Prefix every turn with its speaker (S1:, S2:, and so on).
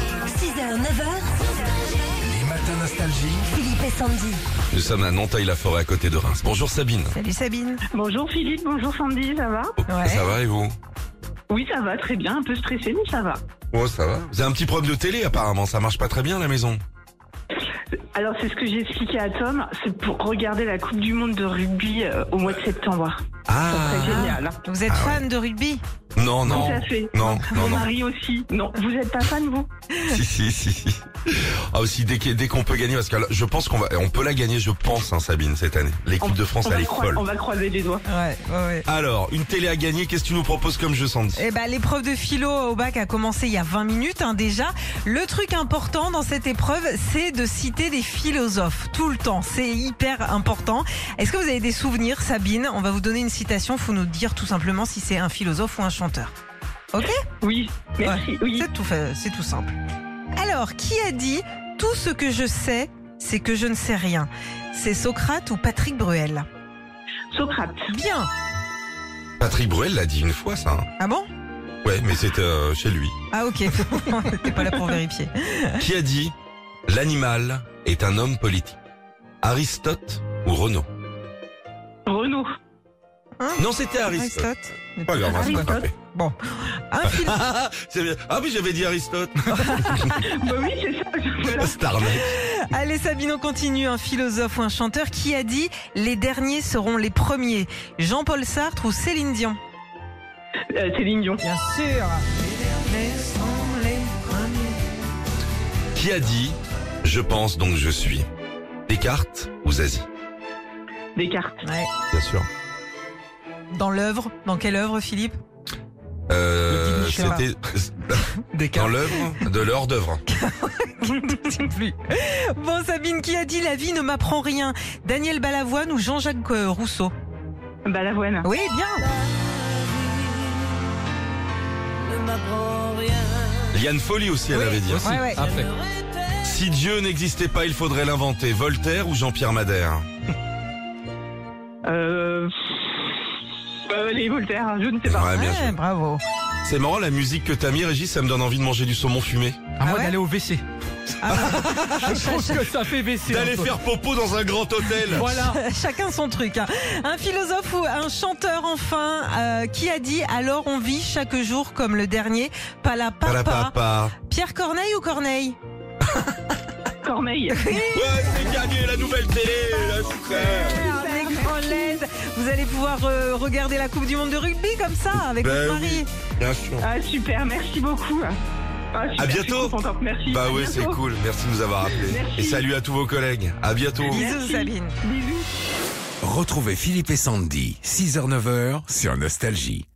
S1: 6h, 9h,
S2: Les matins nostalgie.
S1: Philippe et Sandy.
S2: Nous sommes à Nantaille-la-Forêt à côté de Reims. Bonjour Sabine.
S3: Salut Sabine.
S4: Bonjour Philippe, bonjour Sandy, ça va
S2: Oh,
S3: Ouais.
S2: Ça va et vous
S4: Oui, ça va très bien, un peu stressé, mais ça va.
S2: Oh ça va. Vous avez un petit problème de télé apparemment, ça marche pas très bien à la maison.
S4: Alors c'est ce que j'ai expliqué à Tom, c'est pour regarder la Coupe du Monde de rugby euh, au mois de septembre.
S2: Ah
S4: Ça serait génial.
S3: Vous êtes
S2: Ah
S3: fan de rugby
S2: Non, non.
S4: Tout à fait.
S2: Non, non,
S4: Mon
S2: non.
S4: mari aussi. Oh. Non, vous êtes pas fan vous
S2: si, si, si, si. Ah aussi, dès qu'on dès qu'on peut gagner, parce que là, je pense qu'on va, on peut la gagner, je pense, hein, Sabine, cette année. L'équipe de France,
S4: on,
S2: elle
S4: va
S2: est
S4: croiser,
S2: folle.
S4: on va croiser les doigts.
S3: Ouais, ouais, ouais.
S2: Alors, une télé à gagner, qu'est-ce que tu nous proposes comme jeu, Sandy
S3: Eh ben, l'épreuve de philo au bac a commencé il y a 20 minutes hein, déjà. Le truc important dans cette épreuve, c'est de citer des philosophes tout le temps. C'est hyper important. Est-ce que vous avez des souvenirs, Sabine On va vous donner une citation. Faut nous dire tout simplement si c'est un philosophe ou un chanteur.
S4: Oui, merci, oui.
S3: C'est tout, fa- c'est tout simple. Alors, qui a dit tout ce que je sais, c'est que je ne sais rien C'est Socrate ou Patrick Bruel
S4: Socrate.
S3: Bien.
S2: Patrick Bruel l'a dit une fois, ça. hein.
S3: Ah bon
S2: Ouais, mais c'était euh, chez lui.
S3: Ah ok, t'es pas là pour vérifier.
S2: Qui a dit l'animal est un homme politique Aristote ou Renaud
S4: Renaud.
S2: Non, c'était Aristote.
S3: Aristote.
S2: Pas grave, on s'est
S4: Aristote.
S2: rattrapé.
S3: Un philo-
S2: Ah, ah, c'est bien. Ah oui, j'avais dit Aristote.
S4: bah oui, c'est ça. voilà.
S2: Starlet.
S3: Allez Sabine, on continue. Un philosophe ou un chanteur qui a dit les derniers seront les premiers. Jean-Paul Sartre ou Céline Dion
S4: Euh, Céline Dion.
S3: Bien sûr. Les derniers sont les premiers.
S2: Qui a dit Je pense donc je suis Descartes ou Zazie
S4: Descartes.
S3: Ouais.
S2: Bien sûr.
S3: Dans l'œuvre, dans quelle œuvre Philippe
S2: Euh,
S3: Le Didi Chara.
S2: c'était dans
S3: Descartes.
S2: l'œuvre de l'heure d'œuvre.
S3: plus. Bon Sabine, qui a dit la vie ne m'apprend rien Daniel Balavoine ou Jean-Jacques euh, Rousseau
S4: Balavoine.
S3: Oui, bien.
S2: Liane Folly aussi, elle
S3: Oui,
S2: avait dit. hein.
S3: ouais, ouais.
S2: Si Dieu n'existait pas, il faudrait l'inventer. Voltaire ou Jean-Pierre Madère
S4: Euh... euh, les Voltaire, je ne sais pas.
S2: Ouais, bien
S3: Ouais,
S2: joué.
S3: bravo.
S2: C'est marrant, la musique que t'as mis, Régis, ça me donne envie de manger du saumon fumé.
S5: À
S3: Ah
S5: moi
S3: ouais
S5: d'aller au WC.
S3: Ah
S5: Je pense que ça fait WC.
S2: D'aller
S5: Antoine.
S2: faire popo dans un grand hôtel.
S5: Voilà.
S3: Chacun son truc. hein. Un philosophe ou un chanteur enfin euh, qui a dit alors on vit chaque jour comme le dernier. Pas la
S2: Pas la
S3: papa.
S2: papa.
S3: Pierre Corneille ou Corneille
S4: Corneille.
S2: Ouais, c'est gagné la nouvelle télé, là, super.
S3: Un écran LED. Vous allez pouvoir euh, regarder la Coupe du Monde de rugby comme ça avec
S2: Ben
S3: votre
S2: oui.
S3: mari.
S2: Bien sûr.
S4: Ah super, merci beaucoup. Ah, super,
S2: À bientôt.
S4: je suis trop contente, merci.
S2: Bah
S4: À
S2: ouais, c'est
S4: bientôt.
S2: cool. Merci de nous avoir appelés.
S4: Merci.
S2: Et salut à tous vos collègues. À bientôt.
S3: Bisous
S4: Merci.
S3: Sabine.
S4: Bisous.
S6: Retrouvez Philippe et Sandy, 6h-9h sur Nostalgie.